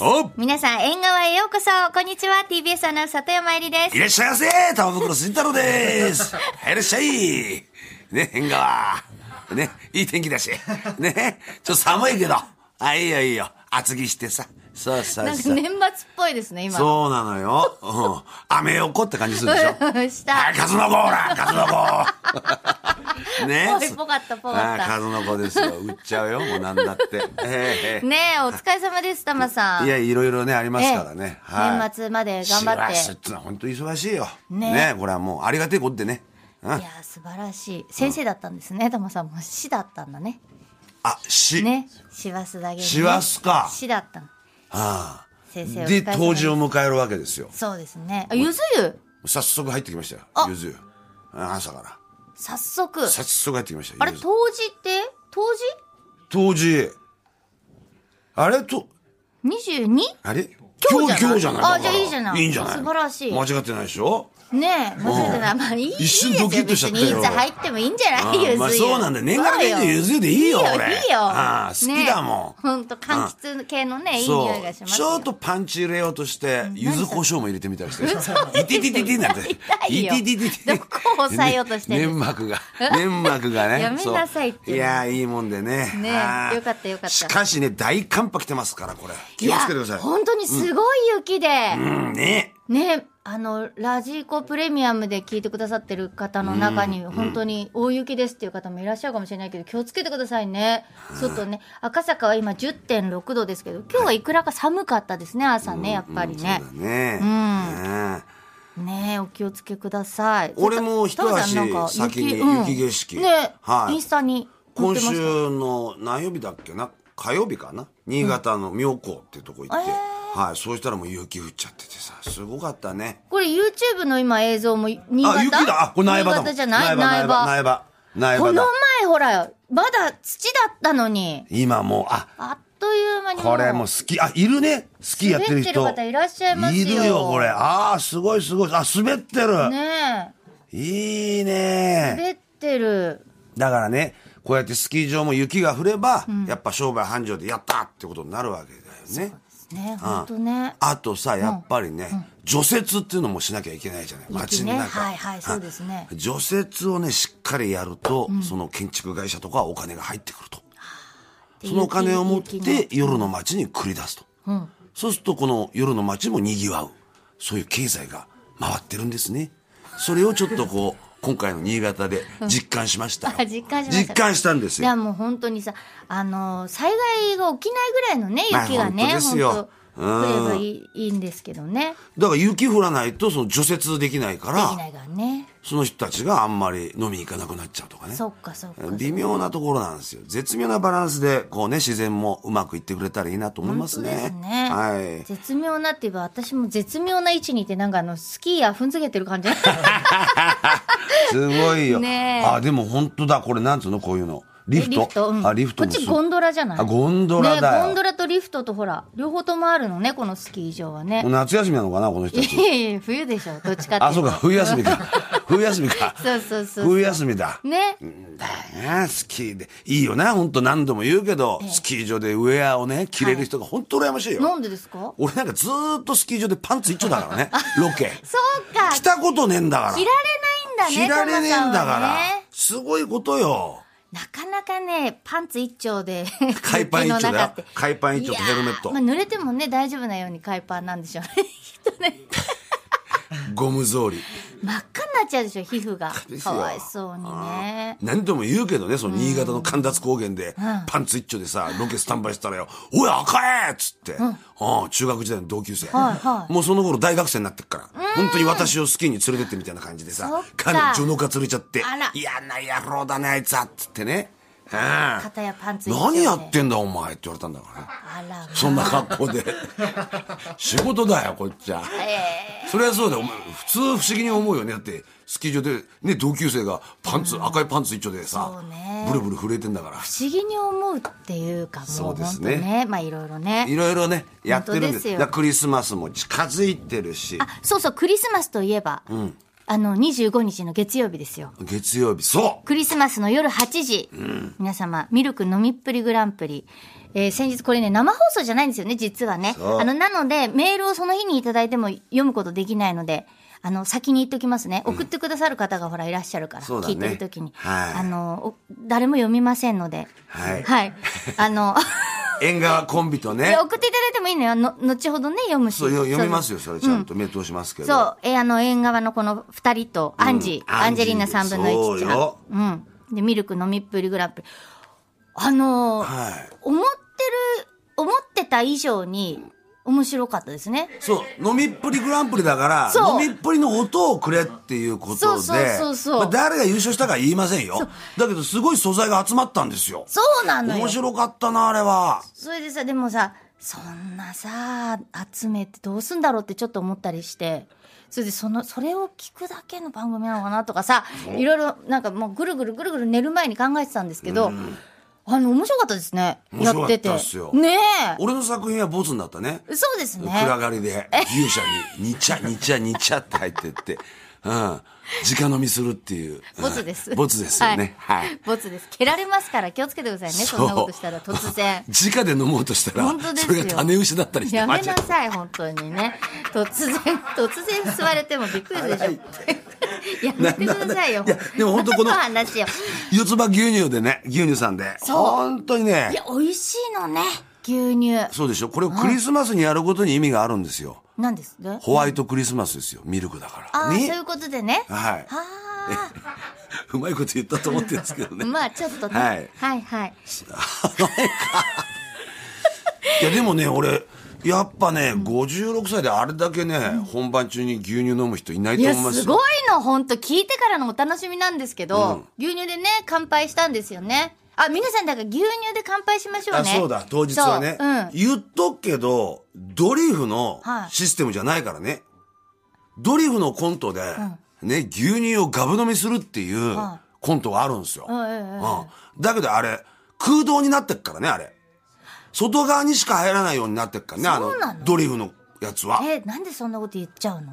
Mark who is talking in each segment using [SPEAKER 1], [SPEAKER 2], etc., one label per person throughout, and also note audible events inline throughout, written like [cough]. [SPEAKER 1] お
[SPEAKER 2] 皆さん、縁側へようこそ。こんにちは。TBS アナウンサー、富山えりです
[SPEAKER 1] い。らっしゃいませ玉袋すい太郎ですはいいらっしゃいね、変川。ね、いい天気だし。ね、ちょっと寒いけど。あ、いいよいいよ。厚着してさ。そうそう
[SPEAKER 2] なんか
[SPEAKER 1] そう。
[SPEAKER 2] 年末っぽいですね、今。う。
[SPEAKER 1] そうなのよ。うん。雨よこって感じするで
[SPEAKER 2] [laughs]
[SPEAKER 1] しょ。
[SPEAKER 2] した
[SPEAKER 1] はい、。数の子ほら、数の子ね
[SPEAKER 2] ぽいぽかったぽか
[SPEAKER 1] あ
[SPEAKER 2] っ
[SPEAKER 1] あ、
[SPEAKER 2] た
[SPEAKER 1] 数の子ですよ。売っちゃうよ、もうなんだって。
[SPEAKER 2] [laughs]
[SPEAKER 1] ええ
[SPEAKER 2] ねえ、お疲れ様です、玉さん。
[SPEAKER 1] いや、いろいろね、ありますからね。
[SPEAKER 2] ええ年末まで頑張って
[SPEAKER 1] 師走ってのは本当忙しいよ。
[SPEAKER 2] ね
[SPEAKER 1] ねこれはもう、ありがてえことでね。うん
[SPEAKER 2] いや素晴らしい先生だったんですね、玉さんも師だったんだね
[SPEAKER 1] あ、し、
[SPEAKER 2] ね師走だけにね
[SPEAKER 1] 師走か
[SPEAKER 2] 師だった
[SPEAKER 1] あ
[SPEAKER 2] 先生
[SPEAKER 1] あ
[SPEAKER 2] お疲れ
[SPEAKER 1] で、
[SPEAKER 2] 様す
[SPEAKER 1] 当時を迎えるわけですよ。
[SPEAKER 2] そうですねあゆず湯
[SPEAKER 1] 早速入ってきましたよ
[SPEAKER 2] あ。
[SPEAKER 1] ゆず湯。あ朝から。
[SPEAKER 2] 早速
[SPEAKER 1] 早速入ってきましたよ。
[SPEAKER 2] あれ
[SPEAKER 1] ゆず
[SPEAKER 2] 当時って当時
[SPEAKER 1] 当時。あれと、
[SPEAKER 2] 22?
[SPEAKER 1] あれ
[SPEAKER 2] 今日じゃな
[SPEAKER 1] 今日
[SPEAKER 2] い
[SPEAKER 1] じゃないだから
[SPEAKER 2] あじゃあいいじゃない
[SPEAKER 1] いいんじゃない
[SPEAKER 2] 素晴らしい
[SPEAKER 1] 間違ってないでしょ
[SPEAKER 2] ねえ間違ってない、まあいい
[SPEAKER 1] 一瞬ドキッとしちゃったよ
[SPEAKER 2] いいです別にいつ入ってもいいんじゃないゆず
[SPEAKER 1] あ
[SPEAKER 2] 湯
[SPEAKER 1] まあそうなんだよ年がら年中ゆず湯でいいよ
[SPEAKER 2] そ
[SPEAKER 1] 俺
[SPEAKER 2] ういいよいいよ
[SPEAKER 1] ああ好きだもん
[SPEAKER 2] 本当柑橘系のねいい
[SPEAKER 1] そう
[SPEAKER 2] 匂いがします
[SPEAKER 1] ち
[SPEAKER 2] よ
[SPEAKER 1] ょっとパンチ入れようとして、柚子胡椒も入れてみたりして。いててててなんて。
[SPEAKER 2] 痛いよ
[SPEAKER 1] いてててて
[SPEAKER 2] どこを抑えようとしてんですか
[SPEAKER 1] ね粘膜が。粘膜がね。
[SPEAKER 2] やめなさいって
[SPEAKER 1] そういや、いいもんでね。
[SPEAKER 2] ね
[SPEAKER 1] はい
[SPEAKER 2] よかったよかった
[SPEAKER 1] しかしね、大寒波来てますから、これ。気をつけてください。
[SPEAKER 2] や本当にすごい雪で、
[SPEAKER 1] うん、ね。
[SPEAKER 2] ね、あの、ラジコプレミアムで聞いてくださってる方の中に、本当に大雪ですっていう方もいらっしゃるかもしれないけど、気をつけてくださいね。外ね、赤坂は今10.6度ですけど、今日はいくらか寒かったですね、朝ね、やっぱりね
[SPEAKER 1] そう。だね。ね
[SPEAKER 2] ねお気をつけください。
[SPEAKER 1] 俺も一足
[SPEAKER 2] タモさんなんか
[SPEAKER 1] 先に
[SPEAKER 2] うん
[SPEAKER 1] 雪景色
[SPEAKER 2] ね、
[SPEAKER 1] はい
[SPEAKER 2] インスタに載
[SPEAKER 1] 今
[SPEAKER 2] ってま
[SPEAKER 1] 週
[SPEAKER 2] した。
[SPEAKER 1] の何曜日だっけな火曜日かな新潟の妙高っていうとこ行って、はい、そうしたらもう雪降っちゃっててさ、すごかったね。
[SPEAKER 2] これ YouTube の今映像も、新潟
[SPEAKER 1] あ、雪だ。あ、これ苗場だも
[SPEAKER 2] 新
[SPEAKER 1] ん。
[SPEAKER 2] 潟じゃな
[SPEAKER 1] 苗
[SPEAKER 2] い苗
[SPEAKER 1] 場、
[SPEAKER 2] 場。
[SPEAKER 1] 苗場。苗場
[SPEAKER 2] この
[SPEAKER 1] だ。
[SPEAKER 2] 前ほら、まだ土だったのに、
[SPEAKER 1] 今もう、あ、
[SPEAKER 2] あっという間に
[SPEAKER 1] これもうスキー、あ、いるね。スキーやってる人。
[SPEAKER 2] 滑ってる方いらっしゃいますよ
[SPEAKER 1] いるよ、これ。ああ、すごいすごい。あ、滑ってる。
[SPEAKER 2] ね
[SPEAKER 1] いい
[SPEAKER 2] え、
[SPEAKER 1] ね。
[SPEAKER 2] 滑ってる。
[SPEAKER 1] だからね、こうやってスキー場も雪が降れば、やっぱ商売繁盛でやったってことになるわけだよね。
[SPEAKER 2] ねえ、ほんとね。
[SPEAKER 1] あとさ、やっぱりね、除雪っていうのもしなきゃいけないじゃない。街
[SPEAKER 2] 雪
[SPEAKER 1] の
[SPEAKER 2] ね。
[SPEAKER 1] 中。
[SPEAKER 2] はいはい、そうですね。
[SPEAKER 1] 除雪をね、しっかりやると、その建築会社とかお金が入ってくると。そのお金を持っ
[SPEAKER 2] 雪ね
[SPEAKER 1] て夜の街に繰り出すと。そうするとこの夜の街も賑わう。そういう経済が回ってるんですね。それをちょっとこう、今回の新潟で実感しましたよ。
[SPEAKER 2] あ実感しました
[SPEAKER 1] 実感したんです
[SPEAKER 2] い
[SPEAKER 1] よ。
[SPEAKER 2] やもう本当にさ、あのー災害が起きないぐらいのね、雪
[SPEAKER 1] まあ
[SPEAKER 2] がね、
[SPEAKER 1] 本当ですよ
[SPEAKER 2] 本当
[SPEAKER 1] うん
[SPEAKER 2] 降ればいいいいんですけどね。
[SPEAKER 1] だから雪降らないとその除雪できないか
[SPEAKER 2] でき
[SPEAKER 1] ら、
[SPEAKER 2] ないからね。
[SPEAKER 1] その人たちがあんまり飲みに行かなくなっちゃうとかね。
[SPEAKER 2] そっかそっか。
[SPEAKER 1] 微妙なところなんですよ。絶妙なバランスで、こうね、自然もうまくいってくれたらいいなと思いますね。
[SPEAKER 2] そうですね。
[SPEAKER 1] はい。
[SPEAKER 2] 絶妙なって言えば、私も絶妙な位置にいて、なんかあの、スキーや踏んづけてる感じ。
[SPEAKER 1] すごいよ。
[SPEAKER 2] ねえ
[SPEAKER 1] あ、でも本当だ。これなんつうのこういうの。リフト。
[SPEAKER 2] うん
[SPEAKER 1] あ、リフト
[SPEAKER 2] こっちゴンドラじゃない
[SPEAKER 1] あゴンドラだよ
[SPEAKER 2] ね、ゴンドラとリフトとほら、両方ともあるのね、このスキー場はね
[SPEAKER 1] もう。夏休みなのかなこの人た
[SPEAKER 2] い
[SPEAKER 1] ち。
[SPEAKER 2] やいや、冬でしょ、どっちかって。
[SPEAKER 1] あ、そうか。。冬休みか。
[SPEAKER 2] [laughs]
[SPEAKER 1] 冬休みか。
[SPEAKER 2] そうそうそう。
[SPEAKER 1] 冬休みだ。
[SPEAKER 2] ね。
[SPEAKER 1] ねえスキーで。いいよな。本当何度も言うけど、スキー場でウェアをね、着れる人が本当羨ましいよ。
[SPEAKER 2] なんでですか
[SPEAKER 1] 俺なんかずーっとスキー場でパンツ一丁だから
[SPEAKER 2] [laughs]
[SPEAKER 1] ね。ロケ。
[SPEAKER 2] そうか。
[SPEAKER 1] 着たことねえんだから。
[SPEAKER 2] 着られないんだね。
[SPEAKER 1] 着られねえんだか
[SPEAKER 2] トマさ
[SPEAKER 1] ら
[SPEAKER 2] はね。
[SPEAKER 1] すごいことよ。
[SPEAKER 2] なかなかね、パンツ一丁で、
[SPEAKER 1] [laughs] 海パン一丁だよ
[SPEAKER 2] 雪の中 [laughs] って
[SPEAKER 1] 海パン一丁とヘルメット
[SPEAKER 2] いやーまあ、濡れてもね、大丈夫なように海パンなんでしょうね。 [laughs] きっとね、
[SPEAKER 1] ゴム草履。
[SPEAKER 2] 真っ赤になっちゃうでしょ、皮膚が
[SPEAKER 1] で。す
[SPEAKER 2] か
[SPEAKER 1] よ
[SPEAKER 2] わいそうにね。
[SPEAKER 1] 何度も言うけどね、その新潟の神達高原で、パンツ一丁でさ、ロケスタンバイしたらよ、おい、赤えっつって、うん中学時代の同級生、
[SPEAKER 2] はいはい
[SPEAKER 1] もうその頃大学生になってっから、本当に私をスキーに連れてってみたいな感じで
[SPEAKER 2] そ
[SPEAKER 1] さ
[SPEAKER 2] っ、か
[SPEAKER 1] 彼女のか連れちゃって
[SPEAKER 2] あら、
[SPEAKER 1] 嫌な野郎だね、あいつは、っつってね。うん
[SPEAKER 2] 肩やパンツ一丁で。
[SPEAKER 1] 何やってんだ、お前って言われたんだからね。
[SPEAKER 2] あら、
[SPEAKER 1] そんな格好
[SPEAKER 2] [laughs]
[SPEAKER 1] で。仕事だよ、こっちは。それはそうだよ。お前普通不思議に思うよね。だって、スキー場で、ね、同級生がパンツ、赤いパンツ一丁でさ
[SPEAKER 2] そう、ね
[SPEAKER 1] ブルブル震えてんだから。
[SPEAKER 2] 不思議に思うっていうかも
[SPEAKER 1] そううで
[SPEAKER 2] 本
[SPEAKER 1] す
[SPEAKER 2] 当
[SPEAKER 1] ね
[SPEAKER 2] ねまあいろいろね
[SPEAKER 1] いろいろね、やってるん
[SPEAKER 2] 本
[SPEAKER 1] で
[SPEAKER 2] 当です
[SPEAKER 1] す
[SPEAKER 2] よ
[SPEAKER 1] だからクリスマスも近づいてるし、
[SPEAKER 2] そうそうクリスマスといえば、あの25日の月曜日ですよ
[SPEAKER 1] 月曜日、そ
[SPEAKER 2] クリスマスの夜8時、皆様ミルク飲みっぷりグランプリ、えー先日これね、生放送じゃないんですよね、実はね。
[SPEAKER 1] そう
[SPEAKER 2] あの、なので、メールをその日にいただいても読むことできないので、あの、先に言っときますね。送ってくださる方がほら、いらっしゃるから、
[SPEAKER 1] そうだ
[SPEAKER 2] 聞
[SPEAKER 1] ね
[SPEAKER 2] いてるときに。
[SPEAKER 1] はい
[SPEAKER 2] あの、お誰も読みませんので。
[SPEAKER 1] はい
[SPEAKER 2] あの、 [laughs]
[SPEAKER 1] 縁側コンビと
[SPEAKER 2] い
[SPEAKER 1] ね
[SPEAKER 2] や、送っていただいてもいいのよ。の後ほどね、読むし。
[SPEAKER 1] そうよ読みます
[SPEAKER 2] よ。
[SPEAKER 1] よそれちゃんと目通しますけど、
[SPEAKER 2] そう、えーあの、縁側のこの二人と、アンジー、
[SPEAKER 1] うん
[SPEAKER 2] アンジェリーナ三分の
[SPEAKER 1] そ
[SPEAKER 2] 一
[SPEAKER 1] う
[SPEAKER 2] ちゃ
[SPEAKER 1] よ
[SPEAKER 2] ん。うん。で、ミルク飲みっぷりグランプリ。あのー
[SPEAKER 1] はい
[SPEAKER 2] 思ってる、思ってた以上に、面白かったですね。
[SPEAKER 1] そう飲みっぷりグランプリだから
[SPEAKER 2] そう
[SPEAKER 1] 飲みっぷりの音をくれっていうことで
[SPEAKER 2] そうそうそうそう
[SPEAKER 1] まあ誰が優勝したかは言いませんよだけどすごい素材が集まったんですよ
[SPEAKER 2] そうなのよ
[SPEAKER 1] 面。白かったなあれは
[SPEAKER 2] それでさ、でもさ、そんなさ、集めてどうすんだろうってちょっと思ったりして、それでその、それを聞くだけの番組なのかなとかさ、いろいろなんかもうぐるぐるぐるぐる寝る前に考えてたんですけど、あの、面白かったですね。
[SPEAKER 1] 面
[SPEAKER 2] や
[SPEAKER 1] 白
[SPEAKER 2] っ
[SPEAKER 1] か
[SPEAKER 2] て。
[SPEAKER 1] ってたっすよ
[SPEAKER 2] ね
[SPEAKER 1] 俺の作品はボツになったね
[SPEAKER 2] え。そうですね。
[SPEAKER 1] 暗がりで牛舎
[SPEAKER 2] [laughs]
[SPEAKER 1] ににちゃにちゃにちゃって入ってってうん直飲みするっていううん
[SPEAKER 2] ボツです。
[SPEAKER 1] ボツですよねはい、
[SPEAKER 2] ボツです。蹴られますから気をつけてくださいね。
[SPEAKER 1] そう
[SPEAKER 2] そんなことしたら突
[SPEAKER 1] [laughs]
[SPEAKER 2] 然。
[SPEAKER 1] 直で飲もうとしたら
[SPEAKER 2] 本当です
[SPEAKER 1] そ
[SPEAKER 2] よ
[SPEAKER 1] れが種牛だったりして
[SPEAKER 2] やめ
[SPEAKER 1] マジで
[SPEAKER 2] なさい、本当にね。突然、突然吸われてもびっくりでしょ。 [laughs] やめてください
[SPEAKER 1] [laughs]
[SPEAKER 2] よ。
[SPEAKER 1] ななないやでも本当こ
[SPEAKER 2] [laughs]
[SPEAKER 1] の
[SPEAKER 2] 話よ。
[SPEAKER 1] 四つ葉牛乳でね牛乳さんで本当に
[SPEAKER 2] い
[SPEAKER 1] ね
[SPEAKER 2] や、美味しいのね。牛乳。
[SPEAKER 1] そうでしょこれをクリスマスにやることに意味があるんですよ
[SPEAKER 2] なんですね。
[SPEAKER 1] ホワイトクリスマスですよミルクだか
[SPEAKER 2] あ
[SPEAKER 1] ら
[SPEAKER 2] あ、そう
[SPEAKER 1] に
[SPEAKER 2] いうことでね。
[SPEAKER 1] はい
[SPEAKER 2] あ
[SPEAKER 1] うまいこと言ったと思ってるんですけど [laughs]
[SPEAKER 2] あ。
[SPEAKER 1] ね
[SPEAKER 2] まあ、ちょっとね。
[SPEAKER 1] は
[SPEAKER 2] はいい、はい、はい。
[SPEAKER 1] いやでもね俺やっぱね、56歳であれだけね、本番中に牛乳飲む人いない
[SPEAKER 2] い
[SPEAKER 1] と
[SPEAKER 2] や、
[SPEAKER 1] 思いますよ
[SPEAKER 2] すごいの、本当聞いてからのお楽しみなんですけど、牛乳でね、乾杯したんですよね。あ、皆さん、だから牛乳で乾杯しましょう
[SPEAKER 1] あ
[SPEAKER 2] ね。
[SPEAKER 1] そうだ当日はね、
[SPEAKER 2] そううん。
[SPEAKER 1] 言っとくけどドリフの
[SPEAKER 2] はい
[SPEAKER 1] システムじゃないからね、ドリフのコントで、ね牛乳をガブ飲みするっていう
[SPEAKER 2] は
[SPEAKER 1] コントがあるんですよ、
[SPEAKER 2] うんうんうん
[SPEAKER 1] うんだけどあれ空洞になってっからねあれ外側にしか入らないようになってっからねあ
[SPEAKER 2] そうなの
[SPEAKER 1] ドリフのやつは
[SPEAKER 2] え、なんでそんなこと言っちゃうの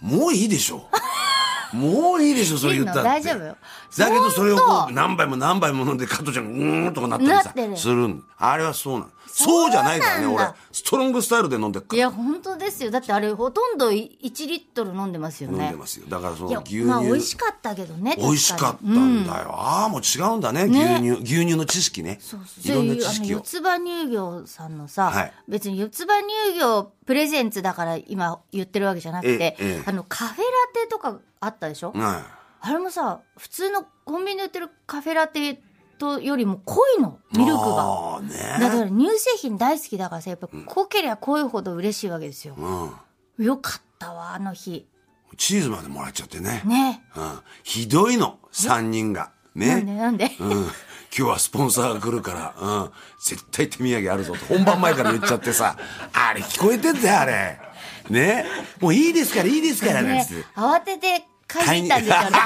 [SPEAKER 1] もういいでしょ
[SPEAKER 2] [laughs]
[SPEAKER 1] もういいでしょそれ言ったって
[SPEAKER 2] いいの大丈夫よ
[SPEAKER 1] だけどそれを
[SPEAKER 2] ほん
[SPEAKER 1] ことう何杯も何杯も飲んで加トちゃんがうーんとかなったり
[SPEAKER 2] な
[SPEAKER 1] さ
[SPEAKER 2] ってる
[SPEAKER 1] するんあれはそうなの
[SPEAKER 2] そう
[SPEAKER 1] そ
[SPEAKER 2] な
[SPEAKER 1] うんじ
[SPEAKER 2] だ
[SPEAKER 1] ゃないからね俺ストロングスタイルで飲んでっか
[SPEAKER 2] い
[SPEAKER 1] ら
[SPEAKER 2] や、本当ですよ。だってあれ、ほとんどい1リットル飲んでますよね。
[SPEAKER 1] 飲んでますよだからそ
[SPEAKER 2] い
[SPEAKER 1] の
[SPEAKER 2] や
[SPEAKER 1] 牛、
[SPEAKER 2] まあ、美味
[SPEAKER 1] 乳
[SPEAKER 2] しかったけどね。
[SPEAKER 1] 美味しかった
[SPEAKER 2] 確にうん
[SPEAKER 1] んだよ、ああもう違うんだね
[SPEAKER 2] ね
[SPEAKER 1] 牛乳牛乳の知識ね
[SPEAKER 2] そうそ
[SPEAKER 1] い
[SPEAKER 2] う
[SPEAKER 1] ろんな知識
[SPEAKER 2] そういうあの
[SPEAKER 1] を
[SPEAKER 2] 四つ葉乳業さんのさ、
[SPEAKER 1] はい
[SPEAKER 2] 別に四つ葉乳業プレゼンツだから今言ってるわけじゃなくて
[SPEAKER 1] ええええ、
[SPEAKER 2] あの、カフェラテとかあったでしょ、
[SPEAKER 1] はい
[SPEAKER 2] あれもさ、普通のコンビニで売ってるカフェラテとよりも濃いの、ミルクが。
[SPEAKER 1] ああ
[SPEAKER 2] だか
[SPEAKER 1] ね
[SPEAKER 2] ら乳製品大好きだからさ、やっぱ濃ければ濃いほど嬉しいわけですよ。
[SPEAKER 1] うん
[SPEAKER 2] よかったわ、あの日。
[SPEAKER 1] チーズまでもらっちゃってね
[SPEAKER 2] ね。
[SPEAKER 1] うん、ひどいの3人が
[SPEAKER 2] な
[SPEAKER 1] ね
[SPEAKER 2] んでなんで、
[SPEAKER 1] うん、今日はスポンサーが来るから、うん、絶対手土産あるぞと本番前から言っちゃって
[SPEAKER 2] [laughs]
[SPEAKER 1] さ、あれ聞こえてんだよ、あれ。ね。もういいですから、いいですから、なん
[SPEAKER 2] ね
[SPEAKER 1] つって。
[SPEAKER 2] 慌てて買いに行ったんでし
[SPEAKER 1] [laughs]
[SPEAKER 2] ょうね。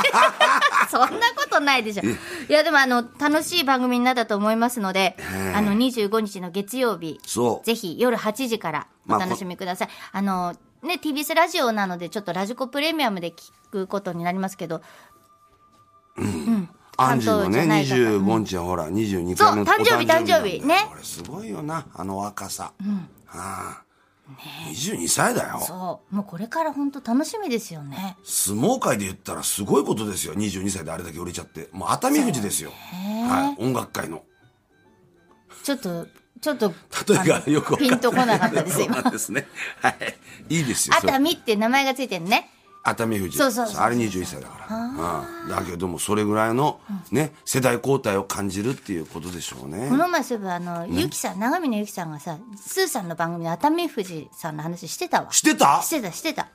[SPEAKER 2] そんなことないでしょ。いや、でもあの、楽しい番組になったと思いますので、あの、25日の月曜日、
[SPEAKER 1] そう
[SPEAKER 2] ぜひ夜8時からお
[SPEAKER 1] まあ
[SPEAKER 2] 楽しみください。あの、ね、TBS ラジオなので、ちょっとラジコプレミアムで聞くことになりますけど、
[SPEAKER 1] アンジーのね、
[SPEAKER 2] 関東じゃない
[SPEAKER 1] 25日はほら、22
[SPEAKER 2] そ
[SPEAKER 1] 回のお
[SPEAKER 2] う誕生日
[SPEAKER 1] なんだよ
[SPEAKER 2] 誕生日ね
[SPEAKER 1] これすごいよな、あの若さ。ああ22歳だよ。
[SPEAKER 2] そう、もうこれから本当楽しみですよね。
[SPEAKER 1] 相撲界で言ったらすごいことですよ。22歳であれだけ売れちゃって。もう熱海富士ですよ。はい。音楽界の。
[SPEAKER 2] ちょっと、ちょっと、
[SPEAKER 1] 例えがよくわかん
[SPEAKER 2] ピンとこなかったです、
[SPEAKER 1] そう
[SPEAKER 2] 今
[SPEAKER 1] な。んですね。はい。いいですよ。そ
[SPEAKER 2] 熱
[SPEAKER 1] れ
[SPEAKER 2] 海って名前がついてるね。
[SPEAKER 1] 熱海富士
[SPEAKER 2] そうそうそう
[SPEAKER 1] あれ21歳だから、うん、だけどもそれぐらいの、ね、世代交代を感じるっていうことでしょうね
[SPEAKER 2] この前そういえばあの、ゆきさん、長峰ゆきさんがさ、スーさんの番組で熱海富士さんの話してたわ。
[SPEAKER 1] してた
[SPEAKER 2] してた、してた。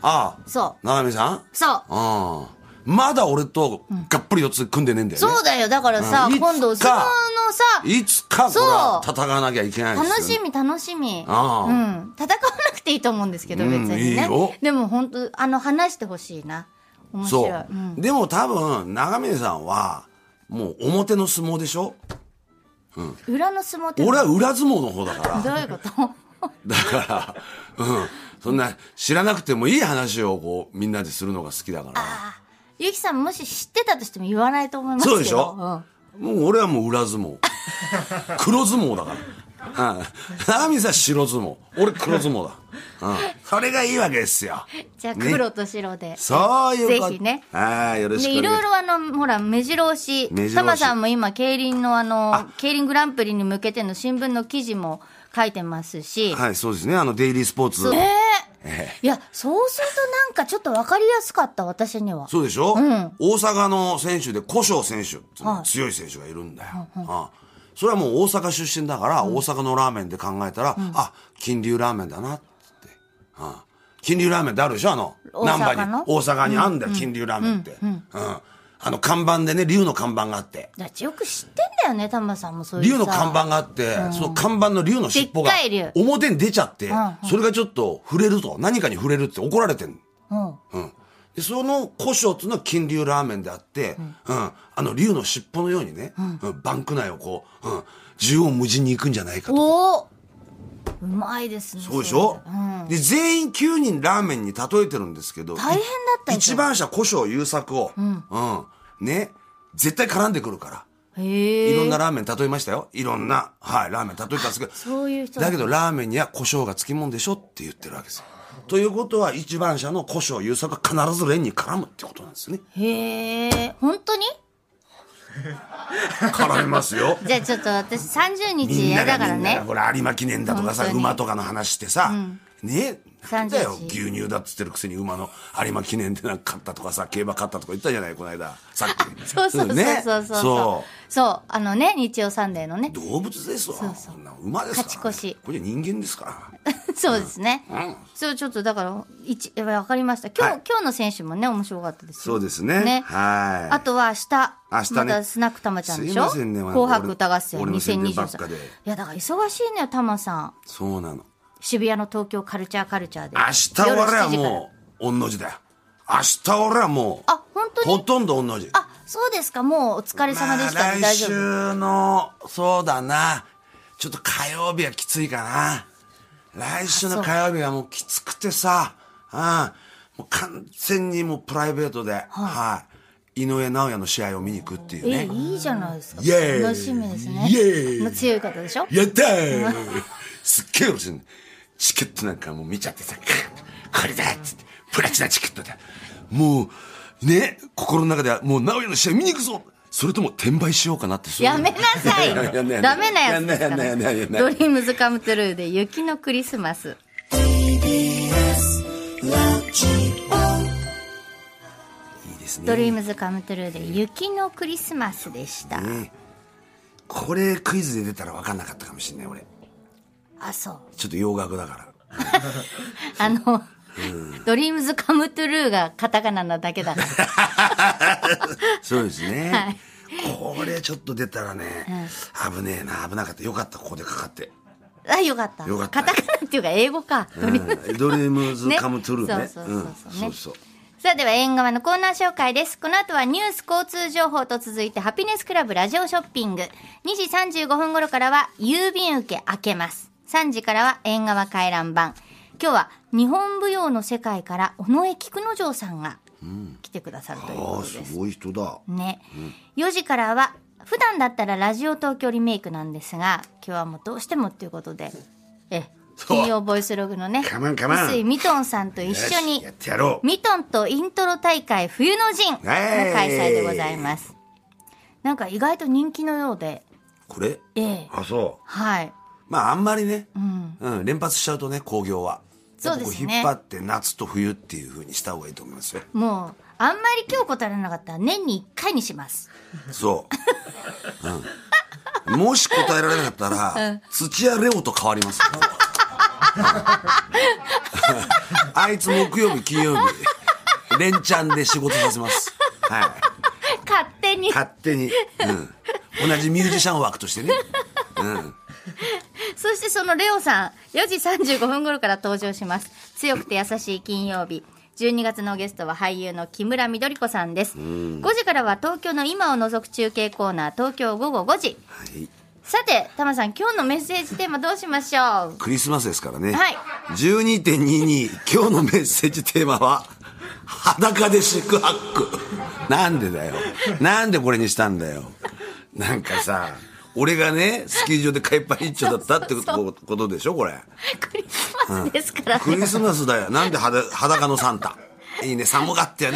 [SPEAKER 1] ああ
[SPEAKER 2] そ
[SPEAKER 1] 長見さん
[SPEAKER 2] う。そう。
[SPEAKER 1] ああまだ俺とがっぷり四つ組んでねえんだよね、
[SPEAKER 2] そうだよ。だからさ、
[SPEAKER 1] うん
[SPEAKER 2] 今度、
[SPEAKER 1] いつ
[SPEAKER 2] 相撲の
[SPEAKER 1] か
[SPEAKER 2] さ、
[SPEAKER 1] いつかこれ
[SPEAKER 2] そう
[SPEAKER 1] は戦わなきゃいけないですよ、
[SPEAKER 2] 楽しみ、楽しみ。
[SPEAKER 1] ああ
[SPEAKER 2] うん。戦わなくていいと思うんですけど、
[SPEAKER 1] うん
[SPEAKER 2] 別に
[SPEAKER 1] いいよ
[SPEAKER 2] ね。でも本当あの、話してほしいな。面白
[SPEAKER 1] そ
[SPEAKER 2] い。
[SPEAKER 1] う、
[SPEAKER 2] うん
[SPEAKER 1] でも多分長峰さんはもう表の相撲でしょ
[SPEAKER 2] 裏の相撲って、ど
[SPEAKER 1] 俺
[SPEAKER 2] う
[SPEAKER 1] は裏相撲の方だから
[SPEAKER 2] いうこと [laughs]
[SPEAKER 1] だから、うん。そんな、知らなくてもいい話をこう、みんなでするのが好きだから。
[SPEAKER 2] あゆきさんもし知ってたとしても言わないと思いますけど。
[SPEAKER 1] そうでしょ、もう俺はもう裏相撲。 [laughs] 黒相撲だから。うん。ナミさん白相撲。俺黒相撲だ。うん。それがいいわけですよ。
[SPEAKER 2] じゃあ
[SPEAKER 1] ね
[SPEAKER 2] 黒と白で、
[SPEAKER 1] そういうこと。
[SPEAKER 2] ぜひね
[SPEAKER 1] ああ、よろしく
[SPEAKER 2] で
[SPEAKER 1] お
[SPEAKER 2] い
[SPEAKER 1] 願
[SPEAKER 2] ろ
[SPEAKER 1] い
[SPEAKER 2] いろあのほら目白押し
[SPEAKER 1] 目白押し
[SPEAKER 2] タマさんも今競輪のあの競輪グランプリに向けての新聞の記事も書いてますし、
[SPEAKER 1] はい、そうですね。あの、デイリースポーツ。
[SPEAKER 2] ええいやそうするとなんかちょっと分かりやすかった私には
[SPEAKER 1] そうでしょ、大阪の選手で古性選手っていうの強い選手がいるんだよ。ああそれはもう大阪出身だから、大阪のラーメンで考えたら、あ、金龍ラーメンだなっつって。ああ金龍ラーメンってあるでしょあの、
[SPEAKER 2] 大
[SPEAKER 1] 難
[SPEAKER 2] 阪
[SPEAKER 1] 波
[SPEAKER 2] の
[SPEAKER 1] に。大阪にあんだよ、金龍ラーメンって。うん。あの、看板でね、龍の看板があって。
[SPEAKER 2] だってよく知ってんだよねタマさんもそういう
[SPEAKER 1] 竜の
[SPEAKER 2] さ
[SPEAKER 1] 看板があって、その看板の竜の尻尾が
[SPEAKER 2] でっかい竜
[SPEAKER 1] 表に出ちゃって、
[SPEAKER 2] んうん
[SPEAKER 1] それがちょっと触れると、何かに触れるって怒られてんの
[SPEAKER 2] うん
[SPEAKER 1] うん。で、その胡椒っていうのは金龍ラーメンであって、うん。あの竜の尻尾のようにね、うんバンク内をこう、うん。縦横無尽に行くんじゃないかと。
[SPEAKER 2] おおうまいですね
[SPEAKER 1] そうでしょ、
[SPEAKER 2] それうん、
[SPEAKER 1] で、全員9人ラーメンに例えてるんですけど、
[SPEAKER 2] 大変だったでし
[SPEAKER 1] 一
[SPEAKER 2] ょ
[SPEAKER 1] 番車胡椒優作を、うん。ね。絶対絡んでくるから。
[SPEAKER 2] へえ
[SPEAKER 1] いろんなラーメン例えましたよ。いろんな、はい、ラーメン例えたんですけど。
[SPEAKER 2] そういう人
[SPEAKER 1] だけど、ラーメンには胡椒がつきもんでしょって言ってるわけですよ。ということは、一番車の胡椒優作が必ず麺に絡むってことなんですね。
[SPEAKER 2] へえ本当に
[SPEAKER 1] 絡みますよ。
[SPEAKER 2] じゃあちょっと私30日
[SPEAKER 1] みんな
[SPEAKER 2] 嫌だ
[SPEAKER 1] が
[SPEAKER 2] か
[SPEAKER 1] み
[SPEAKER 2] ら
[SPEAKER 1] んなが、
[SPEAKER 2] ね
[SPEAKER 1] これ有馬記念だとかさ、
[SPEAKER 2] 本当に
[SPEAKER 1] 馬とかの話してさ、ね、なんだよ、
[SPEAKER 2] 31
[SPEAKER 1] 牛乳だっつってるくせに馬の有馬記念でなんか勝ったとかさ、競馬勝ったとか言ったじゃない、この間、さっき。
[SPEAKER 2] [laughs] そうそうそう
[SPEAKER 1] ね
[SPEAKER 2] そうそう
[SPEAKER 1] そ
[SPEAKER 2] そううそうあのね日曜サンデーのね
[SPEAKER 1] 動物ですわ。
[SPEAKER 2] そうそうん
[SPEAKER 1] な馬ですから、
[SPEAKER 2] 勝ち越し
[SPEAKER 1] これじゃ人間ですから。
[SPEAKER 2] そうですね
[SPEAKER 1] ん
[SPEAKER 2] そうちょっとだから一えわかりました今日、
[SPEAKER 1] はい
[SPEAKER 2] 今日の選手もね面白かったです
[SPEAKER 1] そ
[SPEAKER 2] よ
[SPEAKER 1] うですね
[SPEAKER 2] ね
[SPEAKER 1] はい
[SPEAKER 2] あとは明日
[SPEAKER 1] 明日ね
[SPEAKER 2] またスナックたまちゃんでしょ
[SPEAKER 1] すいませんねなんか
[SPEAKER 2] 紅白歌合戦
[SPEAKER 1] 俺の宣伝ばっか
[SPEAKER 2] 2023
[SPEAKER 1] で
[SPEAKER 2] いやだから忙しいねたまさん
[SPEAKER 1] そうなの。
[SPEAKER 2] 渋谷の東京カルチャーカルチャーで
[SPEAKER 1] 明日俺は
[SPEAKER 2] 夜7時から
[SPEAKER 1] もう、御の字だよ。明日俺はもう、
[SPEAKER 2] あ本当に
[SPEAKER 1] ほとんど御の字。
[SPEAKER 2] あそうですかもうお疲れ様でした、
[SPEAKER 1] まあ
[SPEAKER 2] 大
[SPEAKER 1] 来
[SPEAKER 2] 丈
[SPEAKER 1] 週
[SPEAKER 2] 夫
[SPEAKER 1] の、そうだな。ちょっと火曜日はきついかな。来週の火曜日はもうきつくてさ、うん。もう完全にもうプライベートで、はい。井上尚弥の試合を見に行くっていう
[SPEAKER 2] え
[SPEAKER 1] ね。
[SPEAKER 2] いいじゃないですか
[SPEAKER 1] イエーイ
[SPEAKER 2] 楽しみですね
[SPEAKER 1] イエーイ
[SPEAKER 2] もう強い方でしょ
[SPEAKER 1] やったーすっげえ嬉しい、チケットなんかもう見ちゃってさ、これだっつって、プラチナチケットだ。もう、ね、心の中ではもう直哉の試合見に行くぞそれとも転売しようかなってそういう
[SPEAKER 2] やめなさい
[SPEAKER 1] やんない
[SPEAKER 2] ダメなやつですか
[SPEAKER 1] や
[SPEAKER 2] ら
[SPEAKER 1] んないやんないやんないやんな
[SPEAKER 2] ド
[SPEAKER 1] い
[SPEAKER 2] リームズカムトゥルーで雪のクリスマス
[SPEAKER 1] いいですね。
[SPEAKER 2] ドリームズカムトゥルーで雪のクリスマスでした、
[SPEAKER 1] これクイズで出たら分かんなかったかもしれない、俺。
[SPEAKER 2] あそう
[SPEAKER 1] ちょっと洋楽だから。
[SPEAKER 2] あの、ドリームズカムトゥルーがカタカナなだ
[SPEAKER 1] [laughs]
[SPEAKER 2] けだから
[SPEAKER 1] そうですね。
[SPEAKER 2] [laughs] はい
[SPEAKER 1] これちょっと出たらね、危ねえな、危なかった。よかった、ここでかかって。
[SPEAKER 2] あよかった
[SPEAKER 1] よかった
[SPEAKER 2] カタカナっていうか英語か、ドリーム
[SPEAKER 1] うんドリーム
[SPEAKER 2] [laughs]
[SPEAKER 1] ズカムトゥルーね。
[SPEAKER 2] そうそうそうそうね
[SPEAKER 1] んそうそう。
[SPEAKER 2] さあでは縁側のコーナー紹介です。この後はニュース交通情報と続いてハピネスクラブラジオショッピング。2時35分頃からは郵便受け開けます。3時からは縁側回覧版。今日は日本舞踊の世界から尾上菊之丞さんが来てくださるという
[SPEAKER 1] あ
[SPEAKER 2] こ
[SPEAKER 1] あ、
[SPEAKER 2] とです
[SPEAKER 1] す。ごい人だ。
[SPEAKER 2] ね、4時からは普段だったらラジオ東京リメイクなんですが今日はもうどうしてもっていうことでえ
[SPEAKER 1] そう
[SPEAKER 2] 金曜ボイスログのね
[SPEAKER 1] カモンカモン
[SPEAKER 2] 臼井ミトンさんと一緒
[SPEAKER 1] よし
[SPEAKER 2] に
[SPEAKER 1] やってやろう。
[SPEAKER 2] ミトンとイントロ大会冬の陣の
[SPEAKER 1] はい
[SPEAKER 2] 開催でございますなんか意外と人気のようで
[SPEAKER 1] これ
[SPEAKER 2] ええ
[SPEAKER 1] あ、そう。
[SPEAKER 2] はい
[SPEAKER 1] まあ、あんまりね、うん、連発しちゃうとね、興行は。
[SPEAKER 2] そうですね
[SPEAKER 1] やっぱこう引っ張って夏と冬っていうふうにした方がいいと思いますよ。
[SPEAKER 2] もうあんまり今日答えられなかったら年に1回にします
[SPEAKER 1] そう。うん。もし答えられなかったら、土屋レオと変わります。うんあいつ木曜日、金曜日、連チャンで仕事させます。はい。
[SPEAKER 2] [laughs] 勝手に
[SPEAKER 1] 勝手に、うん、同じミュージシャン枠としてね、うん、
[SPEAKER 2] そしてそのレオさん、4時35分頃から登場します。強くて優しい金曜日。12月のゲストは俳優の木村緑子さんです。5時からは東京の今を除く中継コーナー、東京午後5時。
[SPEAKER 1] はい、
[SPEAKER 2] さて、タマさん、今日のメッセージテーマどうしましょう
[SPEAKER 1] クリスマスですからね、
[SPEAKER 2] はい
[SPEAKER 1] 12.22今日のメッセージテーマは「裸で宿泊」なんでだよなんでこれにしたんだよなんかさ俺がね、スキー場で海パン一丁だったってことでしょ、これ。
[SPEAKER 2] [laughs] クリスマスですからね、
[SPEAKER 1] クリスマスだよ。なんで裸裸のサンタ。いいね、寒がってや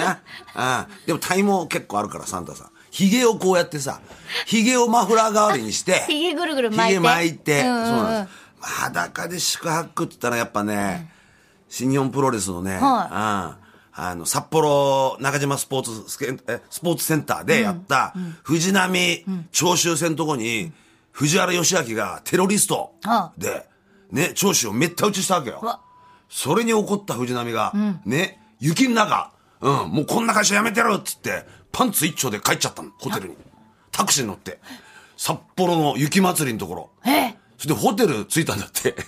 [SPEAKER 1] な。うん。でも体毛結構あるから、サンタさん。髭をこうやってさ、髭をマフラー代わりにして、
[SPEAKER 2] ひげぐるぐる巻いて
[SPEAKER 1] 髭巻いて、
[SPEAKER 2] うんうんうん
[SPEAKER 1] そうなんです。裸で宿泊って言ったらやっぱね、新日本プロレスのね、うんあの、札幌中島スポーツスケえスポーツセンターでやった、藤波長州戦のとこに、藤原義明がテロリスト
[SPEAKER 2] はあ
[SPEAKER 1] で、ね、長州をめった打ちしたわけよ。
[SPEAKER 2] わ
[SPEAKER 1] それに怒った藤波が、ね、雪の中、うん、もうこんな会社やめてろっつって、パンツ一丁で帰っちゃったの、ホテルに。タクシーに乗って、札幌の雪祭りのところ。
[SPEAKER 2] え
[SPEAKER 1] それでホテル着いたんだって、 [laughs]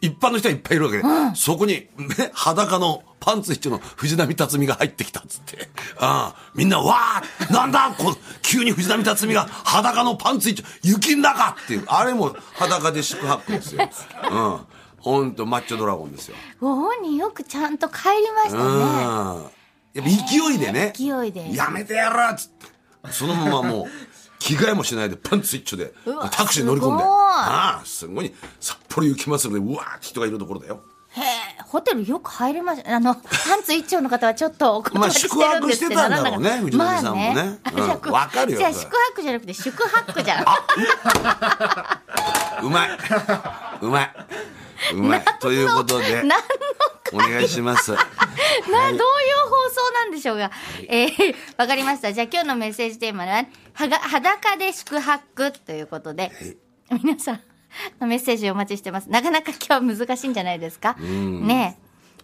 [SPEAKER 1] 一般の人はいっぱいいるわけで、そこに、ね、裸のパンツ一丁の藤波辰巳が入ってきたっつって、ああみんな、わーなんだこう急に藤波辰巳が裸のパンツ一丁、雪の中っていう、あれも裸で宿泊ですよ。うん。ほんと、マッチョドラゴンですよ。
[SPEAKER 2] ご本人よくちゃんと帰りまし
[SPEAKER 1] うん。
[SPEAKER 2] たね
[SPEAKER 1] やっぱ勢いでね。
[SPEAKER 2] 勢いで
[SPEAKER 1] やめてやろうっつって。そのままもう、着替えもしないでパンツ一丁で
[SPEAKER 2] うわ、。
[SPEAKER 1] タクシーに乗り込んです
[SPEAKER 2] ごい
[SPEAKER 1] ああ、すごい。札幌雪祭りで、うわーって人がいるところだよ。
[SPEAKER 2] へえホテルよく入りましたあのパンツ一丁の方はちょっとお断りしてるんですけど
[SPEAKER 1] まあ宿泊してたんだろうね
[SPEAKER 2] なん
[SPEAKER 1] 藤波さんもね
[SPEAKER 2] まあね
[SPEAKER 1] うん
[SPEAKER 2] あじゃあ
[SPEAKER 1] わかるよ
[SPEAKER 2] じゃあ
[SPEAKER 1] それ
[SPEAKER 2] 宿泊じゃなくて宿泊じゃん
[SPEAKER 1] うまい。うまい。うま
[SPEAKER 2] [laughs]
[SPEAKER 1] い。ということで
[SPEAKER 2] 何、の
[SPEAKER 1] お願いし
[SPEAKER 2] [laughs]
[SPEAKER 1] ます。
[SPEAKER 2] な、どういう放送なんでしょうが。えー、わかりました。じゃあ今日のメッセージテーマは、はが、裸で宿泊ということで、皆さんのメッセージお待ちしてます。なかなか今日難しいんじゃないですか。ね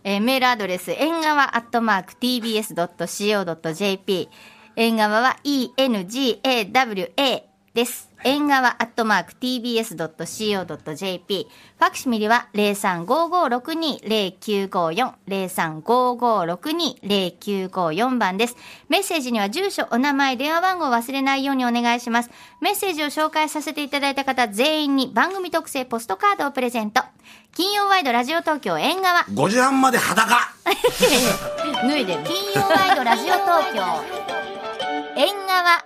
[SPEAKER 2] え。えーメールアドレス、縁側アットマーク tbs.co.jp。縁側は engawa です。縁側アットマーク tbs.co.jp。ファクシミリは0355620954。0355620954番です。メッセージには住所、お名前、電話番号を忘れないようにお願いします。メッセージを紹介させていただいた方全員に番組特製ポストカードをプレゼント。金曜ワイドラジオ東京縁側。
[SPEAKER 1] 5時半まで裸
[SPEAKER 2] 脱いでる金曜ワイドラジオ東京縁側